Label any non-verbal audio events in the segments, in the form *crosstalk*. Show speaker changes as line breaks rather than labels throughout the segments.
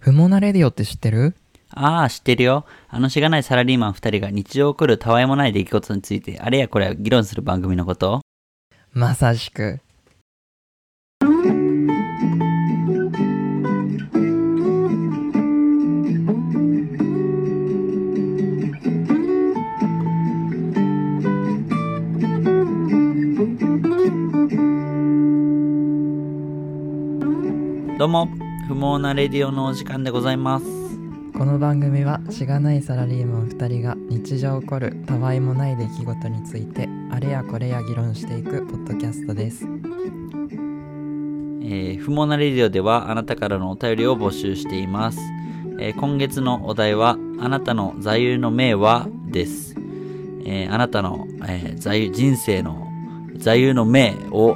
不毛なレディオって知ってる
ああ、知ってるよ。あのしがないサラリーマン2人が日常起こるたわいもない出来事について、あれやこれや議論する番組のこと
まさしく。
どうも、不毛なレディオのお時間でございます。
この番組はしがないサラリーマン2人が日常起こるたわいもない出来事についてあれやこれや議論していくポッドキャストです。
えー不毛なレディオではあなたからのお便りを募集しています、えー今月のお題はあなたの座右の銘はです、えーあなたの、えー座右人生の座右の銘を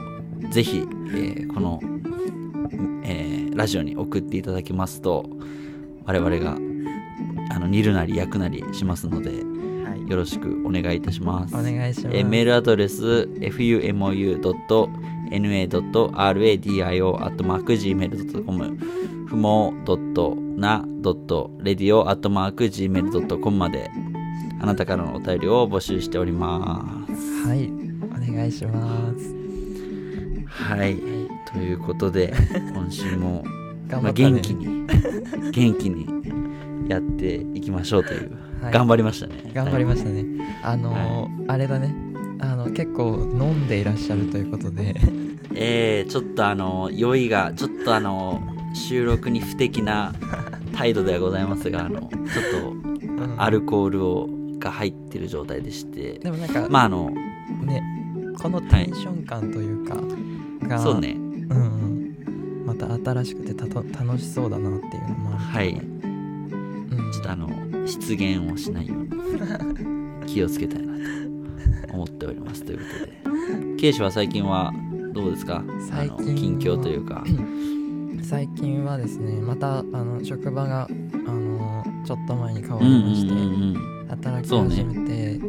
ぜひ、えーこの、えーラジオに送っていただきますと我々があの煮るなり焼くなりしますので
はい。
よろしくお願いいたします
お願いします。
えーメールアドレス fumou.na.radio.gmail.com 不毛 .na.radio.gmail.com まであなたからのお便りを募集しております。
はい。お願いします。
はい。ということ *laughs* で、今週も、
頑張
まあ、
ったね
元気に、元気にやっていきましょうという、
はい
頑張りましたね。
頑張りました
ね。
ね。あのーあれだね。あの結構飲んでいらっしゃるということ
*laughs*
で
えー、ちょっとあの酔いがちょっとあの収録に不適な態度ではございますがあのちょっとアルコールをが入ってる状態でして
でもなんか、
まああの
ねこのテンション感というか、が
そうね
うんうん、また新しくてたと楽しそうだなっていうのもあるけどうん、
はいちょっとあの失言をしないように気をつけたいなと思っておりますということでケイシは最近はどうですか
最近は
あの近況というか
最近はですねまたあの職場があのちょっと前に変わ
うんうん
りまして、
うん
働き
そうね
始めて、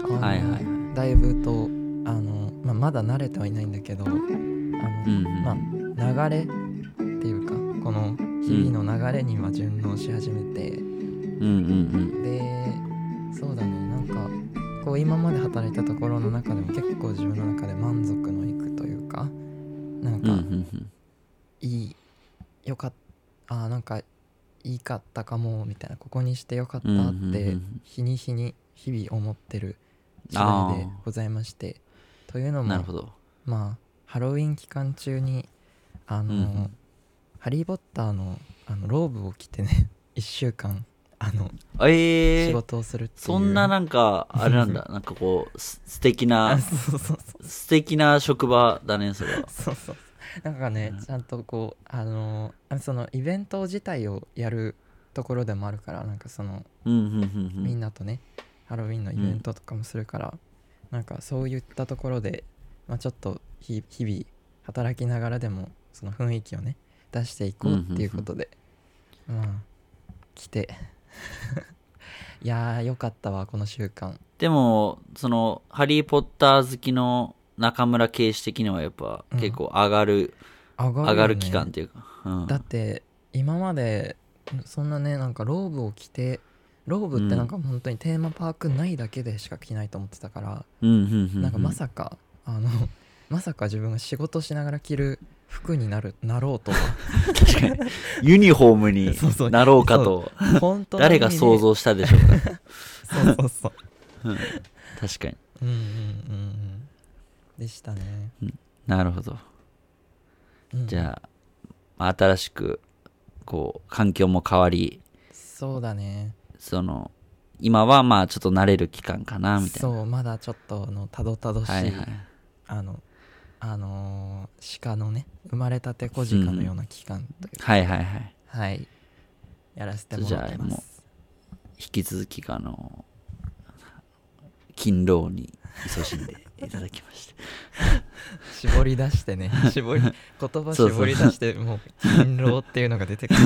あ
う
の
んはいはいはい
だいぶとあの、まあ、まだ慣れてはいないんだけどあの、
うんうん
まあ流れっていうかこの日々の流れには順応し始めて、
うんうん
でそうだねなんかこう今まで働いたところの中でも結構自分の中で満足のいくというかなん
うんうんう
か
んうん
いい、よかったあーなんかいいかったかもみたいなここにしてよかった
うん
っ
うんう
て
ん
日に日に日々思ってる次
あ
第
ー
でございましてというの
なるほ
も
ど
まあハロウィン期間中にあのー、
うんうん
ハリー・ポッターのあのローブを着てね1 *laughs* 週間あの
ええ
仕事をするっていう
そんななんか、あれ
*laughs*
なんだ、なんかこう、す素敵な
あ、 *laughs* そうそうそう
素敵な職場だね、それは。
そうそうなんかね
うん
ちゃんとこうあのあそのイベント自体をやるところでもあるからなんかその
うん、うん、うん、う
みん
ん。
なとねハロウィンのイベントとかもするから、なんかそういったところで、まあ、ちょっとひ日々働きながらでもその雰囲気をね出していこうっていうことで、まあ来て *laughs* いやーよかったわこの習慣
でも、その、ハリー・ポッター好きの中村圭司的にはやっぱ、
うん
結構上がる、
上が
上が
よ
る
ね
期間っていうか。うん、
だって今までそんなねなんかローブを着てローブってなんか本当にテーマパーク内だけでしか着ないと思ってたから、
うん、うん、うんうん。
なんかまさかあの *laughs* まさか自分が仕事しながら着る服になるなろう
*laughs*
とは
確かに、 *laughs* ユニフォームに
*laughs* そうそう
なろうかと、
本当の意味で
誰が想像したでしょうか。
そうそうそう
*laughs* 確かに。
うんうんうんうんでしたね、
なるほど。
うん
じゃあ、まあ新しく、こう、環境も変わり、
そうだね
その、今はまあちょっと慣れる期間かな、みたいな。
そうまだちょっとあのたどたどしい、
はいはい。
あのあのー鹿のね生まれたて小鹿のような期間というか、
はいはいはい。
はいやらせてもらってま
じゃあも
す
引き続き、あの、勤労に勤しんでいただきまして。
*laughs* 絞り出して
*laughs*
ね絞り言葉
そうそう
絞り出してもう勤労っていうのが出
*laughs*
てくる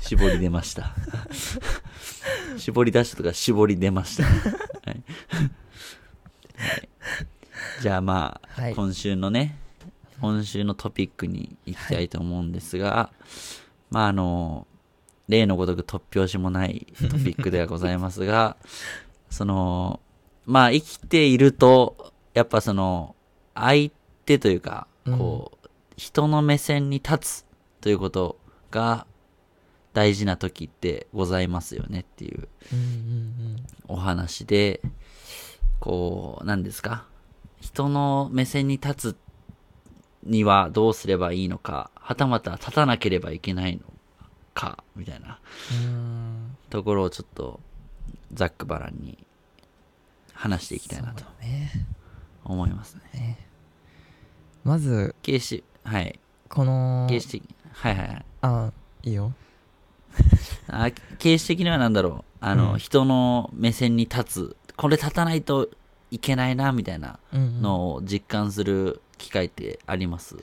絞り出ました。絞り出したとか、絞り出ました。はい。はいじゃあまあ、
はい
今週のね、今週のトピックに行きたいと思うんですが、まああの、例のごとく突拍子もないトピックではございますが、 *laughs* その、まあ生きていると、やっぱその、相手というか、こう、人の目線に立つということが大事な時ってございますよねっていう
うんうんうん
お話で、こう、何ですか人の目線に立つにはどうすればいいのか、はたまた立たなければいけないのか、みたいな
うん
ところをちょっと、ざっくばらんに話していきたいなと
そうだね
思いますね。
ねまず
形式、はい。
この
形式的に、はいはいはい。
あいいよ
あ形式的には何だろう。あの、
うん
人の目線に立つ。これ立たないといけないな、みたいな
うんうん
のを実感する機会ってあります、
い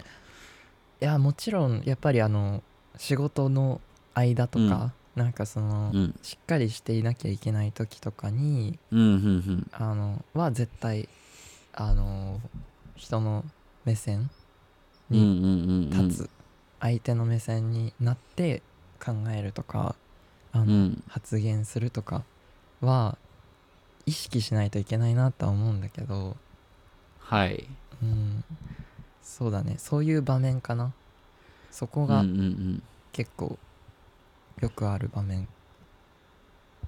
やもちろんやっぱりあの仕事の間とか、なんかその、
うん、
しっかりしていなきゃいけない時とかに
うんうん
あのは絶対あの人の目線
うんうんうんうん
立つ、相手の目線になって考えるとかあ
う
の、
ん
発言するとかは意識しないといけないなとは思うんだけど、
はい
うん、そうだねそういう場面かなそこ
うんうんう
が
ん
結構よくある場面、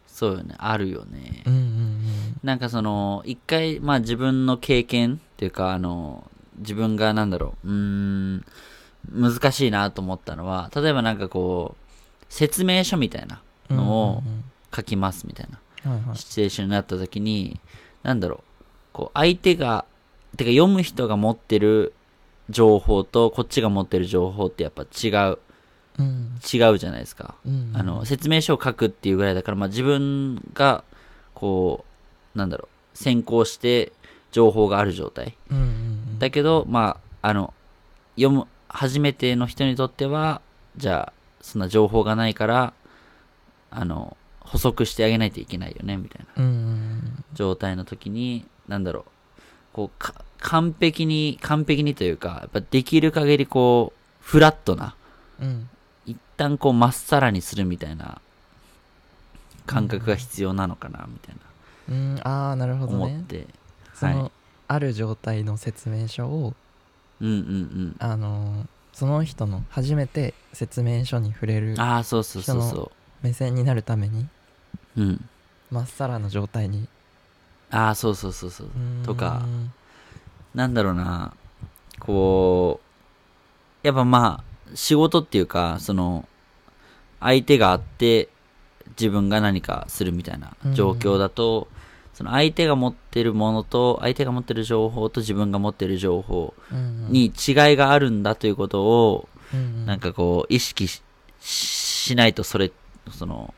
そうよねあるよね、
うん、うん
なんかその一回まあ自分の経験っていうかあの自分がなんだろううーん難しいなと思ったのは例えばなんかこう説明書みたいな
うんうん
のを
うんうん
書きますみたいな
うんはいはい
シチュエーションになった時になんだろうこう相手がてか読む人が持ってる情報とこっちが持ってる情報ってやっぱ違う
うん
違うじゃないですか
うん
あの説明書を書くっていうぐらいだから、まあ、自分がこうなんだろう先行して情報がある状態
うんうんうん
だけど、まあ、あの読む初めての人にとってはじゃあそんな情報がないからあの補足してあげないといけないよねみたいな
うんうん
状態の時になんだろうこうか完璧に完璧にというかやっぱできる限りこうフラットな
うんうん
一旦こうまっさらにするみたいな感覚が必要なのかなみたいな
うんうんああなるほど
思っ
ね
て、
そ
はい
の、ある状態の説明書を
うんうん
あのーその人の初めて説明書に触れ
う
る
んああそうそうそうそ
目線になるために
ううん
まっさらの状態に
ああそうそうそうそう
うん
とかなんだろうなこうやっぱまあ仕事っていうかその相手があって自分が何かするみたいな状況だと、その相手が持ってるものと相手が持ってる情報と自分が持ってる情報
うん
に違いがあるんだということを
うん
なんかこう、意識ししないとそれ、その、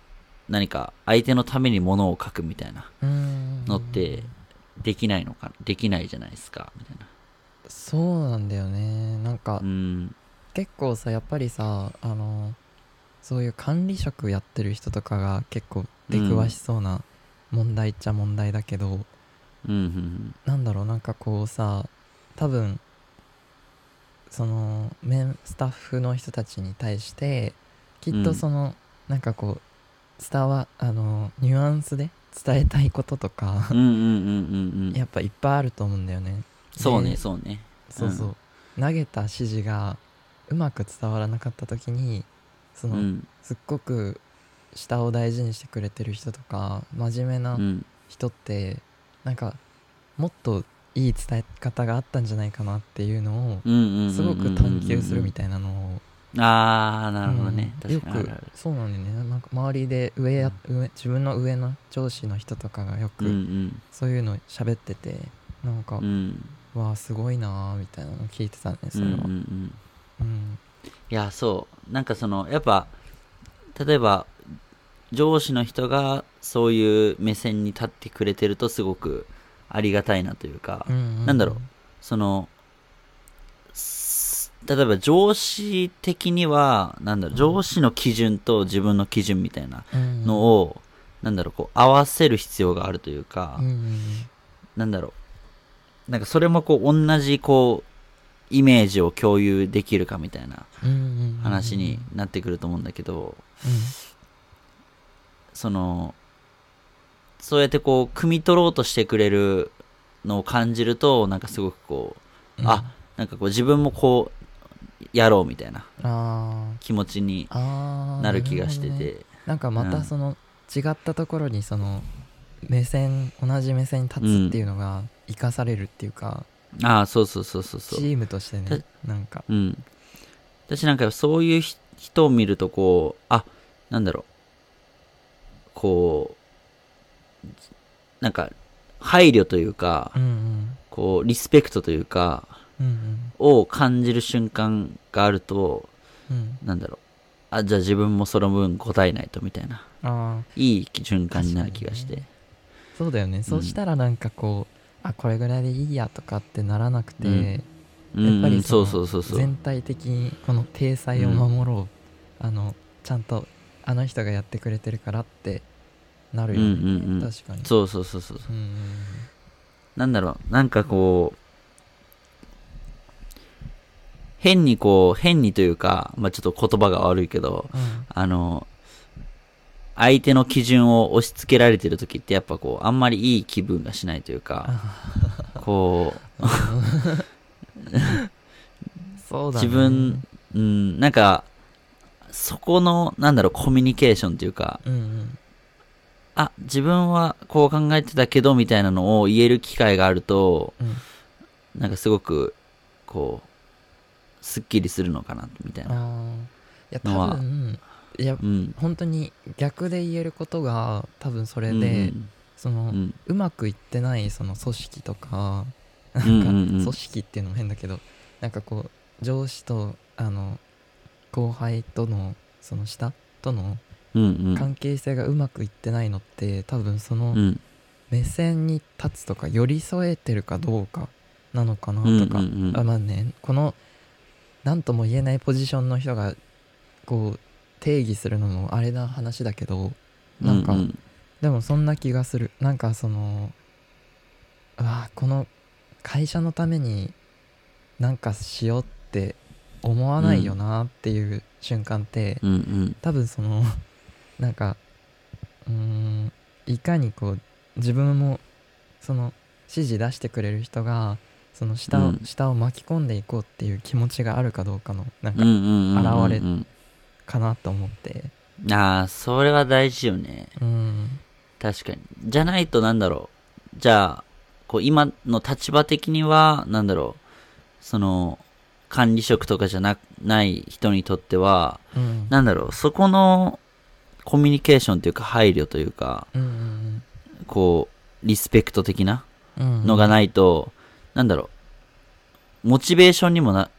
何か相手のためにものを書くみたいな
うん
のって、できないのか、できないじゃないですか、みたいな。
そうなんだよねなんか、
うん。
結構さやっぱりさあのそういう管理職やってる人とかが結構出くわしそうな問題っちゃ問題だけど、
うん、うん、
なんだろうなんかこうさ多分そのメンスタッフの人たちに対してきっ
う
と
ん
その、なんかこう伝わあのニュアンスで伝えたいこととか
うん。うん、うん、うん、うん、うん。
やっぱいっぱいあると思うんだよね
そうね、
ね
そうね。
そうそう、投げた指示がうまく伝わらなかった時にそうの、
ん、
すっごく下を大事にしてくれてる人とか真面目な
うん。
人ってなんかもっといい伝え方があったんじゃないかなっていうの
うん、うんうんうん
を
うん。
すごく探求するみ
た
たいなのを
いな。あー、なるほどね。
うんよ
確かにあ
く
るある。
そうなんだよねなんか周りで上や、上自分の上の上司の人とかがよ
うん、
くそういうの喋っててなんか、
うん、うん。
わあすごいなーみたいなの聞いてたねそれは
うん、うん、うん。
うん
いや、そう。なんかその、やっぱ、例えば、上司の人がそういう目線に立ってくれてるとすごくありがたいなというか、
うん
なんだろうその、す例えば上司的には、なんだろう、上司の基準と自分の基準みたいな
うん
のを、なんだろう、こう、合わせる必要があるというか、
うんうん
なんだろう。なんかそれもこう同じこう、イメージを共有できるかみたいな
うんうんうん
話になってくると思うんだけど、そのそうやってこう汲み取ろうとしてくれるのを感じるとなんかすごくこう
うん
あなんかこう自分もこうやろうみたいな
あー
気持ちに
あー
なる気がして
なるほどね
て、
なんかま
うん
たその違ったところにその目線同じ目線に立つっていうのが生かされるっていうか、
ああそうそうそうそうそ
チ
う
ームとしてねなんか
うん私なんかそういうひ人を見るとこうあなんだろうこうなんか配慮というか、
うんうん
こうリスペクトというか
うんうん
を感じる瞬間があると
うん
なんだろうあじゃあ自分もその分答えないとみたいな
ああ
いい瞬間になる気がして、
確そうだよね、そうしたらなんかこうあこれぐらいでいいやとかってならなくて、
うんう
やっぱ
ん
り
そ
そうの
そうそうそう
全体的にこの体裁を守ろう、あのちゃんとあの人がやってくれてるからってなるよね、
うんうんうん
確かに
そうそうそうそう
うんうん
なんだろう、なんかこう、変にこう、変にというか、まあちょっと言葉が悪いけど、
うんうん
あの、相手の基準を押し付けられてる時ってやっぱこう、あんまりいい気分がしないというか、こ
そう
う、
だ、ね、
自分、うん、なんか、そこの、なんだろう、コミュニケーションというか、
うんうん
あ、自分はこう考えてたけど、みたいなのを言える機会があると、
うん
なんかすごく、こう、すっきりするのかな、みたい
あ
な。
ーいや
のは
多分いや
うん。、
本当に逆で言えることが多分それで、そうの、うんまくいってないその組織とか
うん、
な
うん
んか
うんうん
組織っていうのも変だけどなんかこう上司とあの後輩とのその下との
うん、うん
関係性がうまくいってないのって多分その
うん、
目線に立つとか寄り添えてるかどうかなのかな
うん、
とか、
うん
あまあねこの何とも言えないポジションの人がこう定義するのもあれな話だけどなんか
う
でもそんな気がするなんかそのあこの会社のためになんかしようって思わないよなっていう瞬間って、
うん、うん、
多分その *laughs* なんかうーんいかにこう自分もその指示出してくれる人がその下を,、
うん
下を巻き込んでいこうっていう気持ちがあるかどうかのなんか
うん、うんうんうん、
現れ
うん
かなと思って
ああ、それは大事よね。
うん
確かに。じゃないと、なんだろう。じゃあ、こう、今の立場的には、なんだろう。その、管理職とかじゃな、ない人にとっては、
うん
なんだろう、そこのコミュニケーションというか配慮というか、
うんうん
こう、リスペクト的な
うん
のがないと、なんだろう、モチベーションにもな、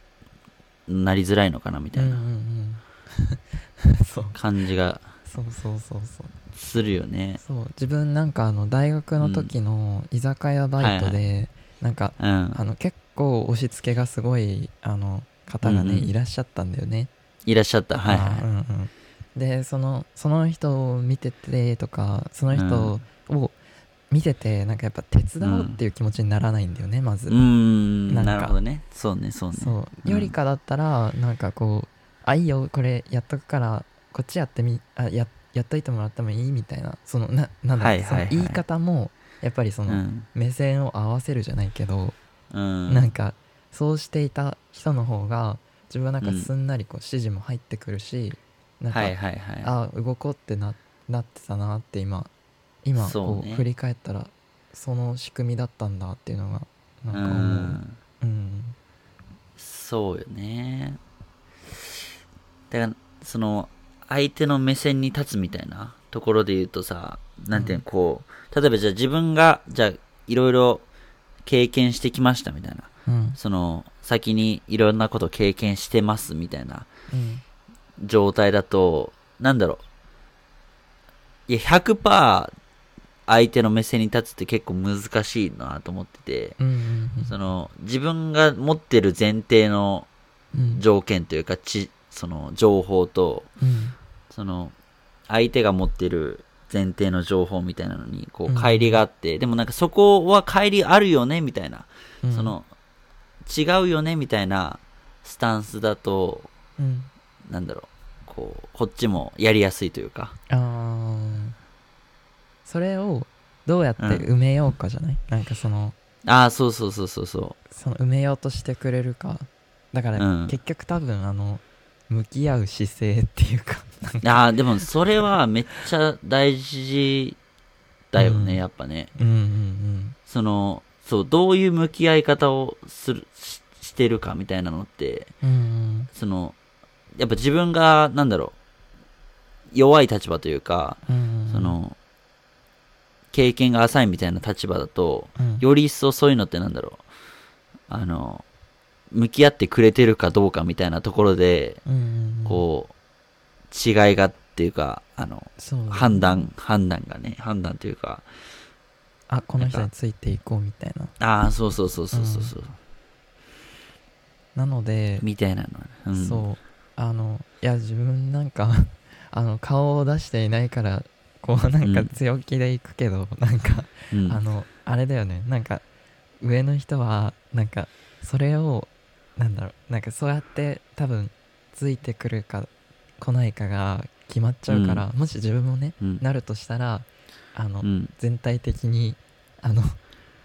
なりづらいのかなみたい
うん
な
うん *laughs* うんそう
感じが
そうそうそうそう
するよね。
そう自分なんかあの大学の時の居酒屋バイトで、
は
なんか
うん
あ。の結構押し付けがすごいあの方がね、
うんうん
いらっしゃったんだよね。
いらっしゃった。はい
あーう
は
んうん、でそのその人を見ててとかその人を見ててなんかやっぱ手伝おうっていう気持ちにならないんだよね、まず。
い。うーん、
なんか
なるほどね。そうね、そうね。
そう
うん
よりかだったらなんかこう「あいいよこれやっとくからこっちやってみあややっといてもらってもいい?」みたいなそのななんだろう、
はいはいはい
その言い方もやっぱりそうの、
ん。
目線を合わせるじゃないけど、
うん。
なんかそうしていた人の方が自分はなんかすんなりこう指示も入ってくるし、なんか、
はいはいはい。
あ動こうってななってたなって今今
そうね
こう振り返ったらその仕組みだったんだっていうのがな
うん
か思う。
ん。
うん
そうよね。だから、その、相手の目線に立つみたいなところで言うとさ、なんていうの、こう、例えばじゃあ自分が、じゃあ、いろいろ経験してきましたみたいな。
うん
その、先にいろんなこと経験してますみたいな
うん
状態だと、なんだろう。いや、100%相手の目線に立つって結構難しいなと思ってて、
うんうんうん
その、自分が持ってる前提の
うん
条件というか、ち、その情報と、
うん
その、相手が持ってる前提の情報みたいなのに、こ
う
う、
ん
乖離があって、でもなんかそこは乖離あるよね、みたいな、
うん
その、違うよねみたいなスタンスだと
うん
なんだろうこうこっちもやりやすいというか
あーそれをどうやって埋めようかじゃない、なんかその
ああそうそうそうそうそ
その埋めようとしてくれるかだから、
うん
結局多分あの向き合う姿勢っていうかなん
う
か
ああでもそれはめっちゃ大事だよね、
うん
やっぱね
うんうん
そのそうどういう向き合い方をするししてるかみたいなのって
うんうん
そのやっぱ自分がなんだろう弱い立場というか
うん
その経験が浅いみたいな立場だと
うん
より一層そういうのってなんだろうあの向き合ってくれてるかどうかみたいなところで
うんうんうん
こう違いがっていうかあの
そうだ
判断判断がね判断というか
あこの人
なん
についていこうみたいな
ああそうそうそうそうそうそう
なので、
みたいなの、うん、
そうあのいや自分なんか *laughs* あの顔を出していないからこうなん
う
か
ん
強気でいくけど、なんか
うん
あのあれだよねなんか上の人はなんかそれをなんだろうなんかそうやって多分ついてくるか来ないかが決まっちゃうから、もし自分もね
うん
なるとしたらあの、
うん
全体的にあの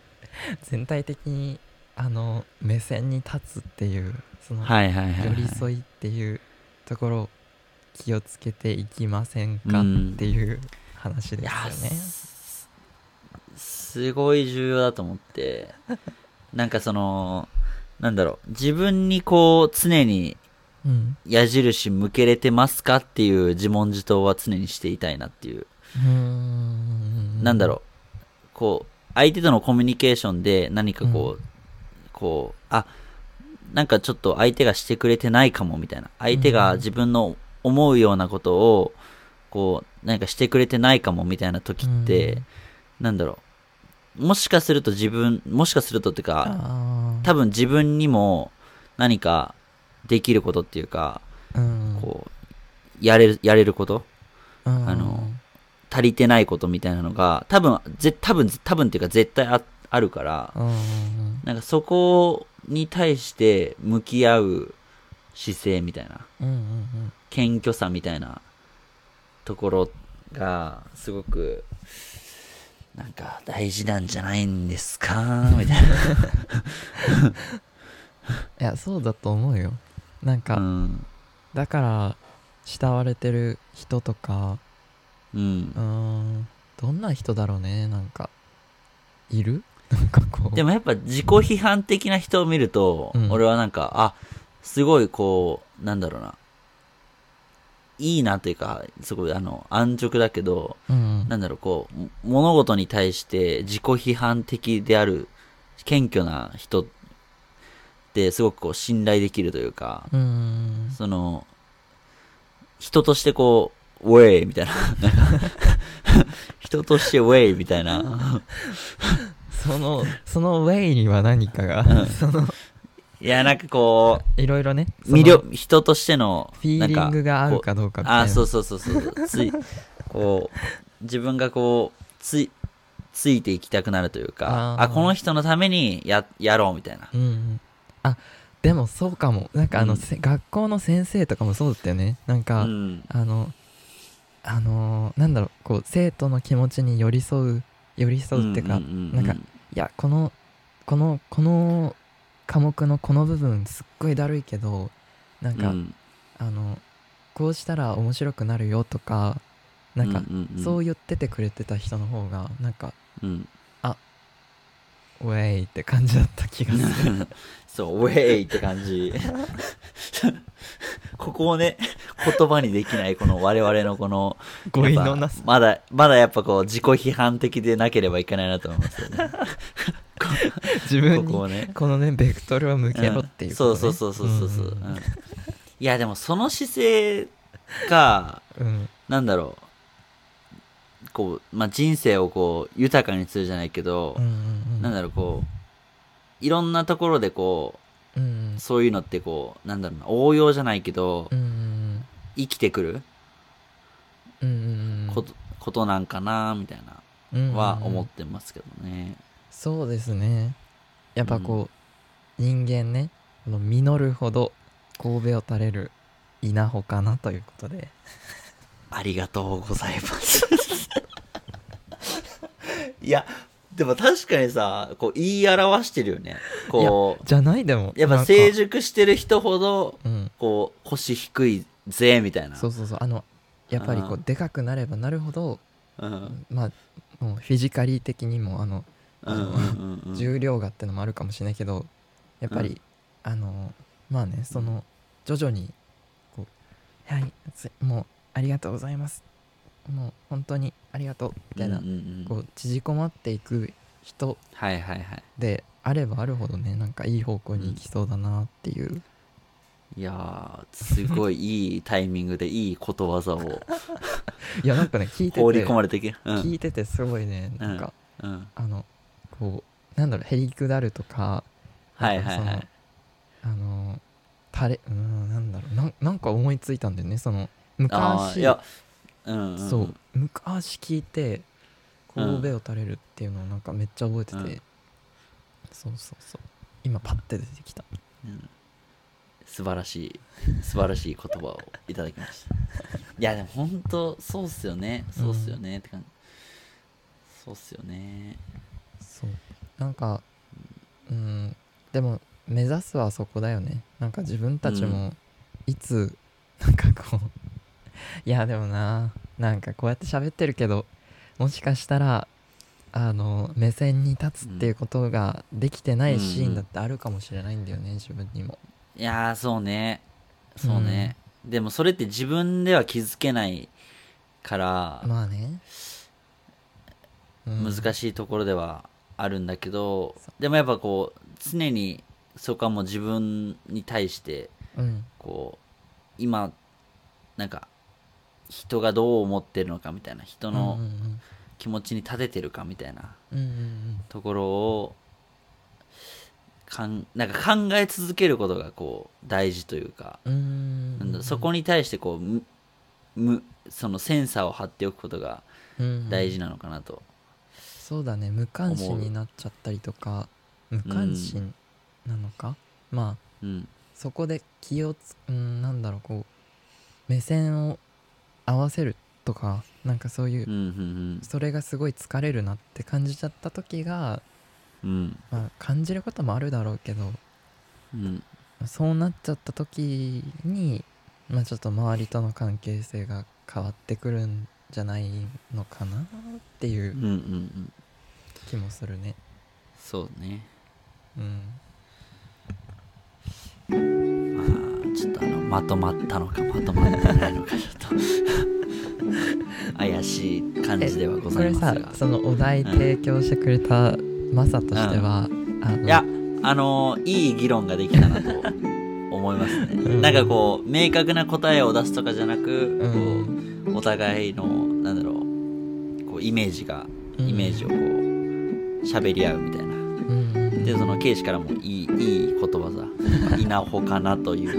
*laughs* 全体的にあの目線に立つっていうその
はいはいはいはい
寄り添いっていうところを気をつけていきませんか
う
っ
ん
ていう話ですよ
いや
ね。
すすごい重要だと思って *laughs* なんかそのなんだろう自分にこう常に
うん
矢印向けれてますかっていう自問自答は常にしていたいなっていう、
うーん
なんだろうこう相手とのコミュニケーションで何かこう、こうあなんかちょっと相手がしてくれてないかもみたいな相手が自分の思うようなことをこう何かしてくれてないかもみたいな時って、
うん
なんだろう。もしかすると自分、もしかするとってか、
あ
多分自分にも何かできることっていうか、
分、うん
こう、やれる、やれること
うん
あの足りてないことみたいなのが、多分、ぜ、多分、多分っていうか絶対ああるから、
うんうん
なんかそこに対して向き合う姿勢みたいな、
うんうん
謙虚さみたいなところが、すごく、なんか大事なんじゃないんですかみたい
*laughs*
な。
いやそうだと思うよなんか、
うん
だから慕われてる人とか
うん
うーんどんな人だろうねなんかいる *laughs* なんかこう
でもやっぱ自己批判的な人を見ると、
うん
俺はなんかあすごいこうなんだろうないいなというかすごいあの安直だけど
うん
なんだろうこう物事に対して自己批判的である謙虚な人ってすごくこう信頼できるというか、
うーん
その人としてこうウェイみたいな人としてウェイみたいな
*laughs* そ
*laughs*
のそのウェイには何かが、 *laughs* その
いやなんかこう
いろいろねその
魅力人としての
フィーリングがある
なんこ
かどう
う
かみたいな
あーそうそうそうそうついこう自分がこうついついていきたくなるというか
あ
あ
ー
この人のためにややろうみたいな
うんうんあでもそうかもなんかあの、
うん
せ学校の先生とかもそうだったよねなんか、
うん
あのあのーなんだろうこう生徒の気持ちに寄り添う寄り添うっていうか、
うんうん
なんかいやこのこのこの科目のこの部分すっごいだるいけどなん
う
か、
ん
あのこうしたら面白くなるよとかなんか、そう言っててくれてた人の方がなんか
うんうん *laughs*
ウェイって感じだった気がする
そうウェイって感じ *laughs* ここをね言葉にできないこの我々のこの
語彙
やっぱ
のなさ
まだまだやっぱこう自己批判的でなければいけないなと思いますよね
自分
ここ
*laughs* に
をね
このねベクトルを向けろっていうこと、ね
んそうそうそうそうそうそう、
ん
うんいやでもその姿勢が
うん
なんだろうこう、まあ、人生をこう豊かにするじゃないけど
うんう、んうん
なんだろうこういろんなところでこ
うんうん
うそういうのってこうなんだろうな応用じゃないけど、
うん
生きてくる
うんうん
こと,、ことなんかなみた
う
い
んうん
なは思ってますけどね、
そうですねやっぱこう、人間ねこの実るほど神戸を垂れる稲穂かなということで
ありがとうございます。 *laughs* いや、でも確かにさ、こう言い表してるよね。こ
じゃないでも
う、やっ
な
ぱ
んか
成熟してる人ほど、
うん
こう、腰低いぜ、みたいな。
そうそうそうあのやっぱりこ
あ
うでかくなればなるほど
うん。
まあもうフィジカリー的にもあの
うんうんうんうん。
重量がってのもあるかもしれないけどやっぱり、あのまあねその徐々にこう「はいすもうありがとうございます」もう本当にありがとうみたいな、
うんうんうん
こう縮こまっていく人
はいはいはい。
であればあるほどねなんかいい方向に行きそうだなっていう、
いやー、すごいいいタイミングでいいことわざ
*laughs*
を
いやなんかね聞いて
放り
て
込まれてきうん
聞いててすごいねなんか、
うん。
あのこうなんだろうへりくだるとか
はいはいは
なんか
い。
あのタレうーんなんだろうなんなんか思いついたんだよねその
ああ、
昔
いや、うんんん。
そう昔聞いて
うん
神戸を垂れるっていうのをなんかめっちゃ覚えてて、
うん
そうそうそう今パッて出てきた
素晴らしい素晴らしい言葉をいただき
*laughs*
ましたいやでも本当そうっすよねそうっすよね、って感じそうっすよね
そうなんかうんでも目指すはそこだよねなんか自分たちもいつ、なんかこう *laughs* いやでもななんかこうやって喋ってるけどもしかしたらあの目線に立つっていうことができてないシーンだってあるかもしれないんだよね自分にも
いやーそうねそうね、でもそれって自分では気づけないから
まあね、うん
難しいところではあるんだけど、でもやっぱこう常にそこはもう自分に対して
うん
こう今なんか人がどう思ってるのかみたいな人の、
うんうん
気持ちに立ててるかみたいな
うんうんうん
ところをかんなんか考え続けることがこう大事というか、
うんうん
なんだそこに対してこうむむそのセンサーを張っておくことが大
事
事なのかなと、
そうだね無関心になっちゃったりとか無関心なのか、まあ
うん
そこで気をつうんなんだろうこう目線を合わせるとかなんかそういう、
うんうん
それがすごい疲れるなって感じちゃった時が、
うんうん
まあ、感じることもあるだろうけど
うん
そうなっちゃった時に、まあ、ちょっと周りとの関係性が変わってくるんじゃないのかなってい
うん
う
うんうん
気もするね。
そうね
うん
まあちょっとあのまとまったのかまとまってないのかちょっと *laughs* 怪しい感じではございま
え
す
これ
が
さそのお題
うん
提供してくれたマサとしては、あの
いや、あのーいい議論ができたなと思いますね。
*laughs* うん
なんかこう、明確な答えを出すとかじゃなく、
う
こうお互いの、なんだろう、こう、イメージが、
うん
イメージをこう、喋り合うみたいな。
うんうんうん
で、その、ケイシからもいい、いい言葉さ、稲穂かなと
*laughs*
いう、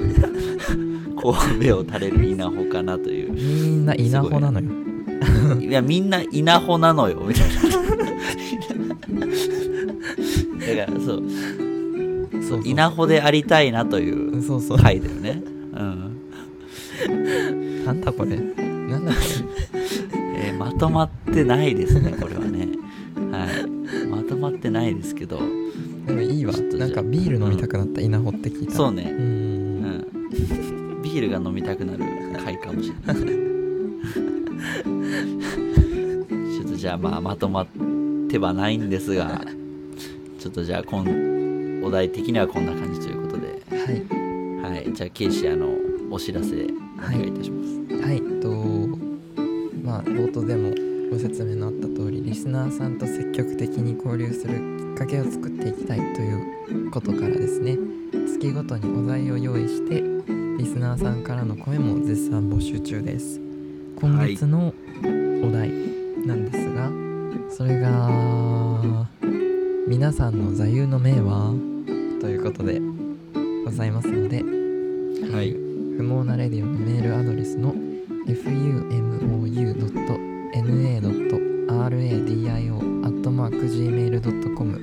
神戸を垂れる稲穂かなという。
みんな稲穂なのよ、
いや、みんな稲穂なのよ、みたい
*laughs*
な。だから、そう、
そうそう
稲穂でありたいなという。
そうそう、
回だよね。うん。
なんだこれなんだこ
えーまとまってないですね、これはね。はい。まとまってないですけど、
れでもいいわ
*laughs* ちょっとじゃ
な
あ
んかビール飲みたくなった稲穂って聞いた
そう
ね
ね。
う
う
う
ん
ん
ん。ビールが飲みたくなる回かもしれない。ちょっとじゃあまあまとまってはないんですが、ちょっとじゃあこんお題的にはこんな感じということで、
はい
はい。じゃあ、ケイシ、あの、お知らせお願いいたします。
はい、えっとまあ冒頭でもご説明のあった通りリスナーさんと積極的に交流するきっかけを作っていきたいということからですね月ごとにお題を用意してリスナーさんからの声も絶賛募集中です今月のお題なんですが、それが皆さんの座右の銘はということでございますので
はい
不毛なレディオのメールアドレスの fumou.na.radio.gmail.com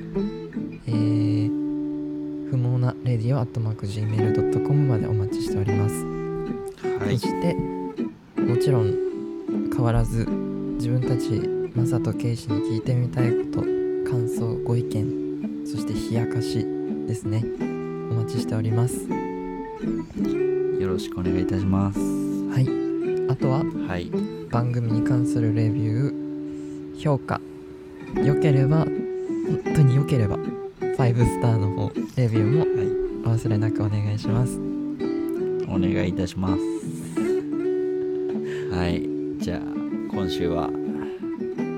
えー、不毛なオ @gmail.com までお待ちしております。
はい
そしてもちろん変わらず自分たちマサとケイシに聞いてみたいこと感想ご意見そして冷やかしですねお待ちしております
よろしくお願いいたします
はいあとは
はい
番組に関するレビュー評価良ければ本当に良ければ5スターの方レビューもお忘れなくお願いします
お願いいたしますはいじゃあ今週は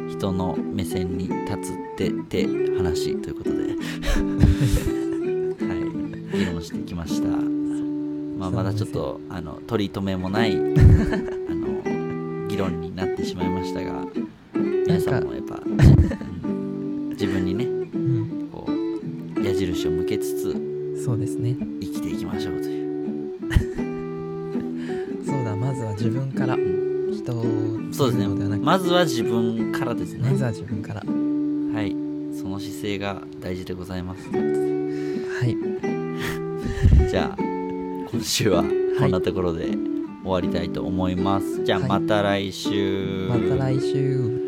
人の目線に立つってて話ということではい議論してきました、まあ、まだちょっとあの取り留めもないあの議論になってしまいましたが皆さんもやっぱ、うん自分にね
うん
こう矢印を向けつつ
そうですね
生きていきましょうという。
そうだまずは自分から人を
そうですね
見るのではなく。
まずは自分からですね
ま。ずは自分から。
はい。その姿勢が大事でございます。
はい。
じゃあ、今週はこんなところで終わりたいと思います。じゃあ、
はい
また来週。
また来週。